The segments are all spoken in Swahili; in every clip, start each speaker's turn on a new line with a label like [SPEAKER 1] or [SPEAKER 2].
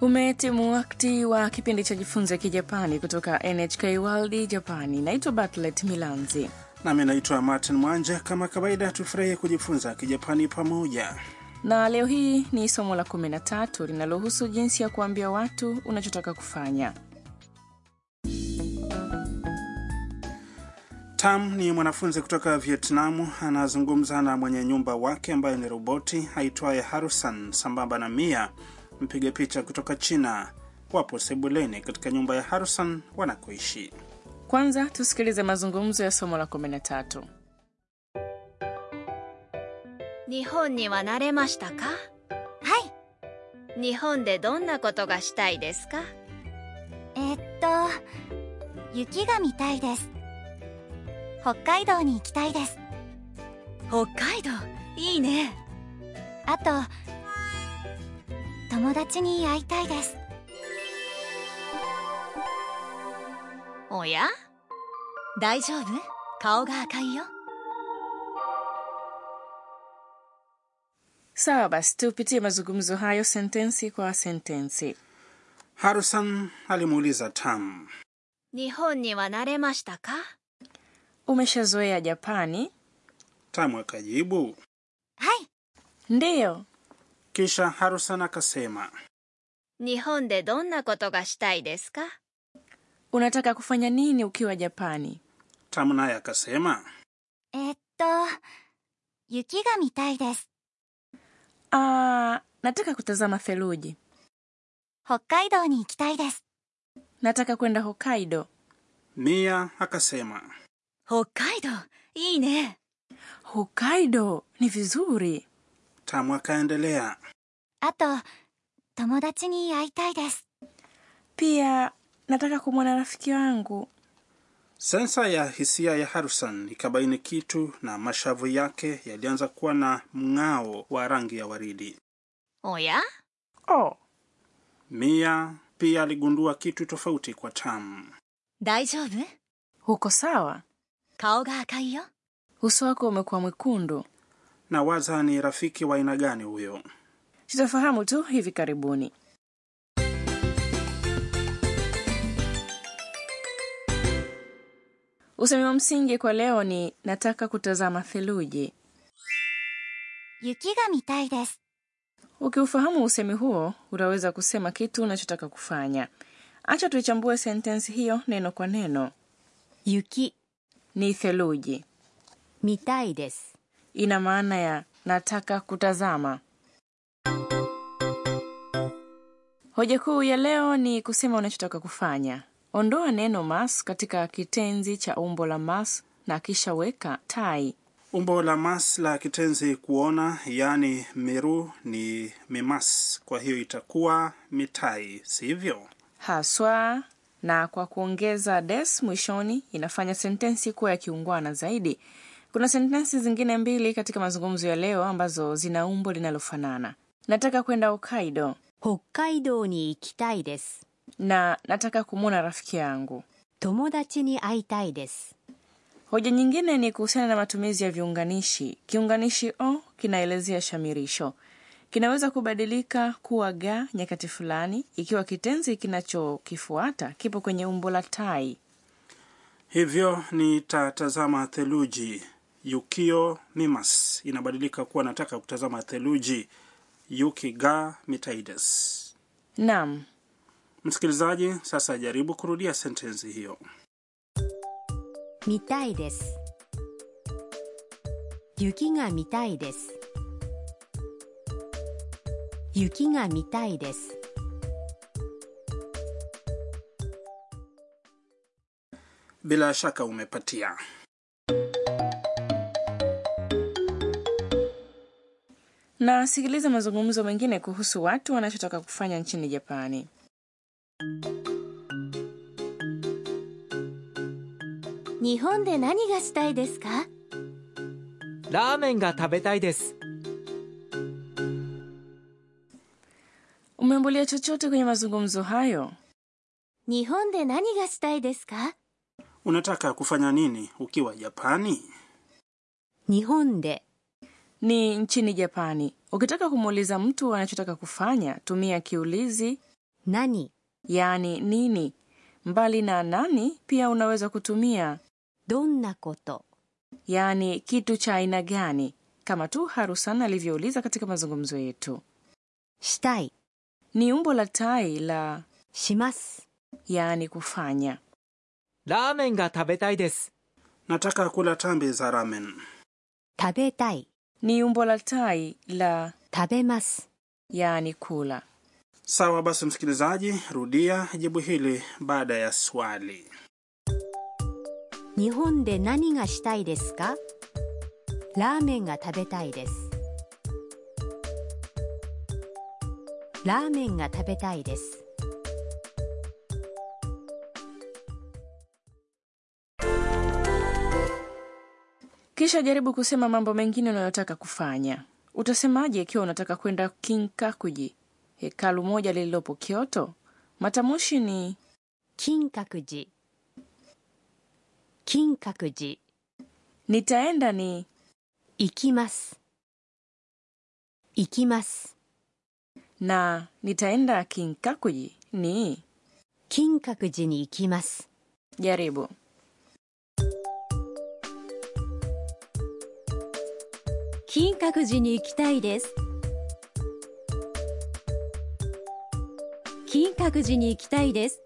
[SPEAKER 1] Umehetimu wakati wa kipindi cha Jifunze Kijapani kutoka NHK World Japani. Naitwa Bartlett Milanzi.
[SPEAKER 2] Nami naitwa Martin Mwanja. Kama kawaida, tufurahie kujifunza Kijapani pamoja.
[SPEAKER 1] Na leo hii ni somo la 13 linalohusu jinsi ya kuambia watu unachotaka kufanya.
[SPEAKER 2] Tam ni mwanafunzi kutoka Vietnamu, anazungumza na mwenye nyumba wake ambaye ni roboti aitwaye Harusan sambamba na Mia, mpiga picha kutoka China. Wapo sebuleni katika nyumba ya Harusan wanakoishi.
[SPEAKER 1] Kwanza tusikilize mazungumzo ya somo la 13.
[SPEAKER 3] 日本には慣れましたかはい日本でどんなことがしたいですか
[SPEAKER 4] えっと雪が見たいです北海道に行きたいです
[SPEAKER 3] 北海道いいね
[SPEAKER 4] あと友達に会いたいです
[SPEAKER 3] おや大丈夫顔が赤いよ
[SPEAKER 1] Sawa basi, tupitie mazungumzo hayo sentensi kwa sentensi.
[SPEAKER 2] Harusan alimuuliza Tam,
[SPEAKER 3] 日本には慣れましたか
[SPEAKER 1] Umeshazoea Japani?
[SPEAKER 2] Tam akajibu.
[SPEAKER 4] はい
[SPEAKER 1] Ndiyo.
[SPEAKER 2] Kisha Harusan akasema,
[SPEAKER 3] 日本でどんなことがしたいですか
[SPEAKER 1] Unataka kufanya nini ukiwa Japani?
[SPEAKER 2] Tam naye akasema.
[SPEAKER 4] えっと雪が見たいです
[SPEAKER 1] Ah, nataka kutazama theluji.
[SPEAKER 4] 北海道に行きたいです
[SPEAKER 1] Nataka kwenda Hokkaido.
[SPEAKER 2] Mia akasema.
[SPEAKER 3] 北海道いいね
[SPEAKER 1] Hokkaido ni vizuri.
[SPEAKER 2] Tam akaendelea.
[SPEAKER 4] あと友達に会いたいです
[SPEAKER 1] Pia nataka kumwona rafiki wangu.
[SPEAKER 2] Sensa ya hisia ya Harusan ikabaini kitu na mashavu yake yalianza kuwa na mng'ao wa rangi ya waridi.
[SPEAKER 3] おや
[SPEAKER 1] Oh,
[SPEAKER 2] Mia pia aligundua kitu tofauti kwa Tam.
[SPEAKER 3] 大丈夫
[SPEAKER 1] uko sawa?
[SPEAKER 3] 顔が赤いよ
[SPEAKER 1] Uso wako umekuwa mwekundu.
[SPEAKER 2] Na waza ni rafiki wa aina gani huyo?
[SPEAKER 1] Tutafahamu tu hivi karibuni. Usemi wa msingi kwa leo ni nataka kutazama theluji.
[SPEAKER 4] 雪が見たいです
[SPEAKER 1] Ukiufahamu usemi huo, utaweza kusema kitu unachotaka kufanya. Acha tuichambue sentensi hiyo neno kwa neno.
[SPEAKER 3] 雪
[SPEAKER 1] Ni theluji,
[SPEAKER 3] 見たいです
[SPEAKER 1] ina maana ya nataka kutazama. Hoja kuu ya leo ni kusema unachotaka kufanya. Ondoa neno mas katika kitenzi cha umbo la mas na kisha weka tai.
[SPEAKER 2] Umbo la mas la kitenzi kuona, yaani miru ni mimas, kwa hiyo itakuwa mitai, sivyo?
[SPEAKER 1] haswa na kwa kuongeza des mwishoni inafanya sentensi kuwa ya kiungwana zaidi. Kuna sentensi zingine mbili katika mazungumzo ya leo ambazo zina umbo linalofanana: nataka kwenda Hokkaido
[SPEAKER 3] 北海道に行きたいです
[SPEAKER 1] na nataka kumwona rafiki yangu.
[SPEAKER 3] 友達に会いたいです
[SPEAKER 1] Hoja nyingine ni kuhusiana na matumizi ya viunganishi. Kiunganishi o kinaelezea shamirisho, kinaweza kubadilika kuwa ga nyakati fulani ikiwa kitenzi kinachokifuata kipo kwenye umbo la tai.
[SPEAKER 2] Hivyo nitatazama theluji. Yukio mimas inabadilika kuwa nataka kutazama theluji. Yuki ga mitaides.
[SPEAKER 1] Naam,
[SPEAKER 2] Msikilizaji, sasa jaribu kurudia sentensi hiyo.
[SPEAKER 3] 見たいです雪が見たいです雪が見たいです
[SPEAKER 2] Bila shaka umepatia.
[SPEAKER 1] na sikiliza mazungumzo mengine kuhusu watu wanachotaka kufanya nchini Japani.
[SPEAKER 4] 日本で何がしたいですか
[SPEAKER 5] ラーメンが食べたいです。
[SPEAKER 1] Umeambulia chochote kwenye mazungumzo hayo?
[SPEAKER 4] 日本で何がしたいですか
[SPEAKER 2] Unataka kufanya nini ukiwa Japani?
[SPEAKER 3] 日本で
[SPEAKER 1] Ni nchini Japani. Ukitaka kumuuliza mtu anachotaka kufanya, tumia kiulizi
[SPEAKER 6] 何
[SPEAKER 1] yaani nini. Mbali na nani, pia unaweza kutumia
[SPEAKER 6] どんなこと
[SPEAKER 1] yaani kitu cha aina gani, kama tu Harusan alivyouliza katika mazungumzo yetu.
[SPEAKER 6] したい
[SPEAKER 1] Ni umbo la tai la
[SPEAKER 6] します
[SPEAKER 1] yaani kufanya.
[SPEAKER 5] ラーメンが食べたいです。
[SPEAKER 2] nataka kula tambi za ramen
[SPEAKER 6] 食べたい
[SPEAKER 1] Ni umbo la tai la
[SPEAKER 6] 食べます
[SPEAKER 1] yaani kula.
[SPEAKER 2] sawa basi msikilizaji rudia jibu hili baada ya swali
[SPEAKER 6] 日本で何がしたいですかラーメンが食べたいですラーメンが食べたいです
[SPEAKER 1] Kisha jaribu kusema mambo mengine unayotaka kufanya. Utasemaje ikiwa unataka kwenda Kinkakuji, hekalu moja lililopo Kyoto? Matamushi ni
[SPEAKER 6] 金閣寺金閣寺
[SPEAKER 1] nitaenda ni
[SPEAKER 6] 行きます行きます
[SPEAKER 1] na nitaenda Kinkakuji ni.
[SPEAKER 6] 金閣寺に行きます
[SPEAKER 1] Jaribu.
[SPEAKER 6] 金閣寺に行きたいです金閣寺に行きたいです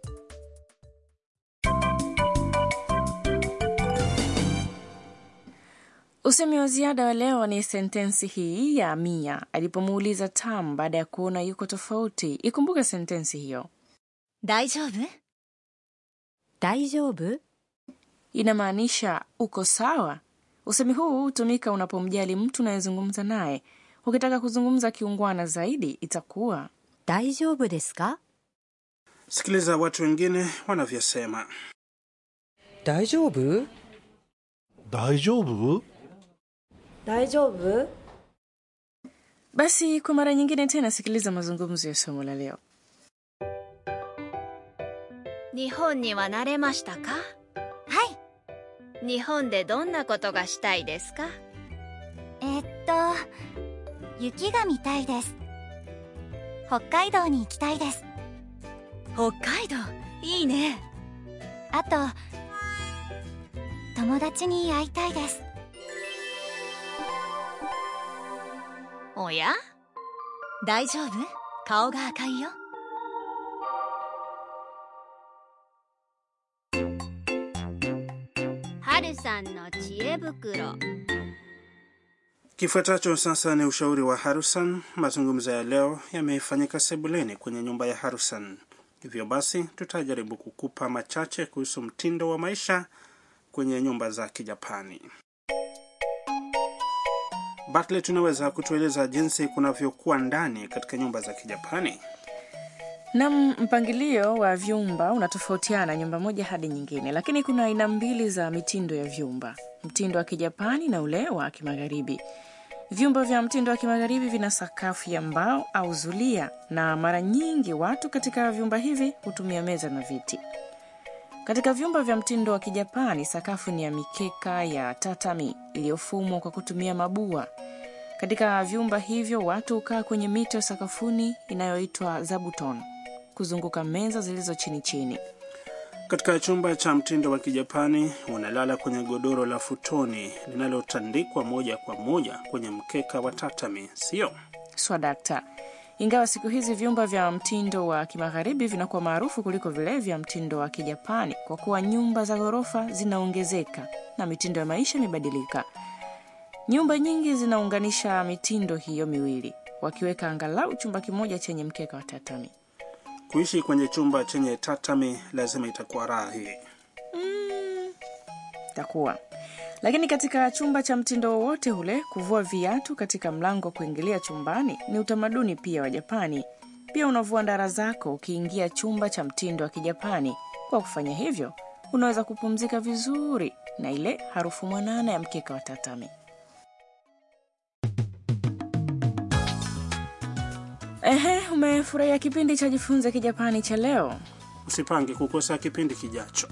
[SPEAKER 1] Usemi wa ziada wa leo ni sentensi hii ya Mia alipomuuliza Tam baada ya kuona yuko tofauti. Ikumbuke sentensi hiyo.
[SPEAKER 4] 大丈夫
[SPEAKER 6] 大丈夫
[SPEAKER 1] inamaanisha uko sawa. Usemi huu hutumika unapomjali mtu unayezungumza naye. Ukitaka kuzungumza kiungwana zaidi, itakuwa
[SPEAKER 6] 大丈夫ですか
[SPEAKER 2] sikiliza watu wengine wanavyosema
[SPEAKER 7] 大丈夫
[SPEAKER 8] 大丈夫
[SPEAKER 7] 大丈夫
[SPEAKER 1] basi. Kwa mara nyingine tena, sikiliza mazungumzo ya somo la leo.
[SPEAKER 3] 日本には慣れましたかはい日本でどんなことがしたいですか
[SPEAKER 4] えっと雪が見たいです北海道に行きたいです
[SPEAKER 3] 北海道いいね
[SPEAKER 4] あと友達に会いたいです
[SPEAKER 3] おや
[SPEAKER 4] 大丈夫顔が赤いよ
[SPEAKER 3] はるさんの知恵袋
[SPEAKER 2] Kifuatacho sasa ni ushauri wa Harusan. Mazungumzo ya leo yamefanyika sebuleni kwenye nyumba ya Harusan, hivyo basi tutajaribu kukupa machache kuhusu mtindo wa maisha kwenye nyumba za Kijapani. Bartlett, tunaweza kutueleza jinsi kunavyokuwa ndani katika nyumba za Kijapani?
[SPEAKER 1] Nam, mpangilio wa vyumba unatofautiana nyumba moja hadi nyingine, lakini kuna aina mbili za mitindo ya vyumba: mtindo wa Kijapani na ule wa Kimagharibi. Vyumba vya mtindo wa Kimagharibi vina sakafu ya mbao au zulia, na mara nyingi watu katika vyumba hivi hutumia meza na viti. Katika vyumba vya mtindo wa Kijapani, sakafu ni ya mikeka ya tatami iliyofumwa kwa kutumia mabua. Katika vyumba hivyo watu hukaa kwenye mito ya sakafuni inayoitwa zabuton, kuzunguka meza zilizo chini chini.
[SPEAKER 2] Katika chumba cha mtindo wa Kijapani unalala kwenye godoro la futoni linalotandikwa moja kwa moja kwenye mkeka wa tatami, sio?
[SPEAKER 1] Swadakta. Ingawa siku hizi vyumba vya mtindo wa kimagharibi vinakuwa maarufu kuliko vile vya mtindo wa Kijapani kwa kuwa nyumba za ghorofa zinaongezeka na mitindo ya maisha imebadilika. Nyumba nyingi zinaunganisha mitindo hiyo miwili, wakiweka angalau chumba kimoja chenye mkeka wa tatami.
[SPEAKER 2] Kuishi kwenye chumba chenye tatami lazima itakuwa raha hii.
[SPEAKER 1] itakuwa lakini katika chumba cha mtindo wowote ule kuvua viatu katika mlango wa kuingilia chumbani ni utamaduni pia wa japani pia unavua ndara zako ukiingia chumba cha mtindo wa kijapani kwa kufanya hivyo unaweza kupumzika vizuri na ile harufu mwanana ya mkeka wa tatami ehe umefurahia kipindi cha jifunze kijapani cha leo
[SPEAKER 2] Usipange kukosa kipindi kijacho.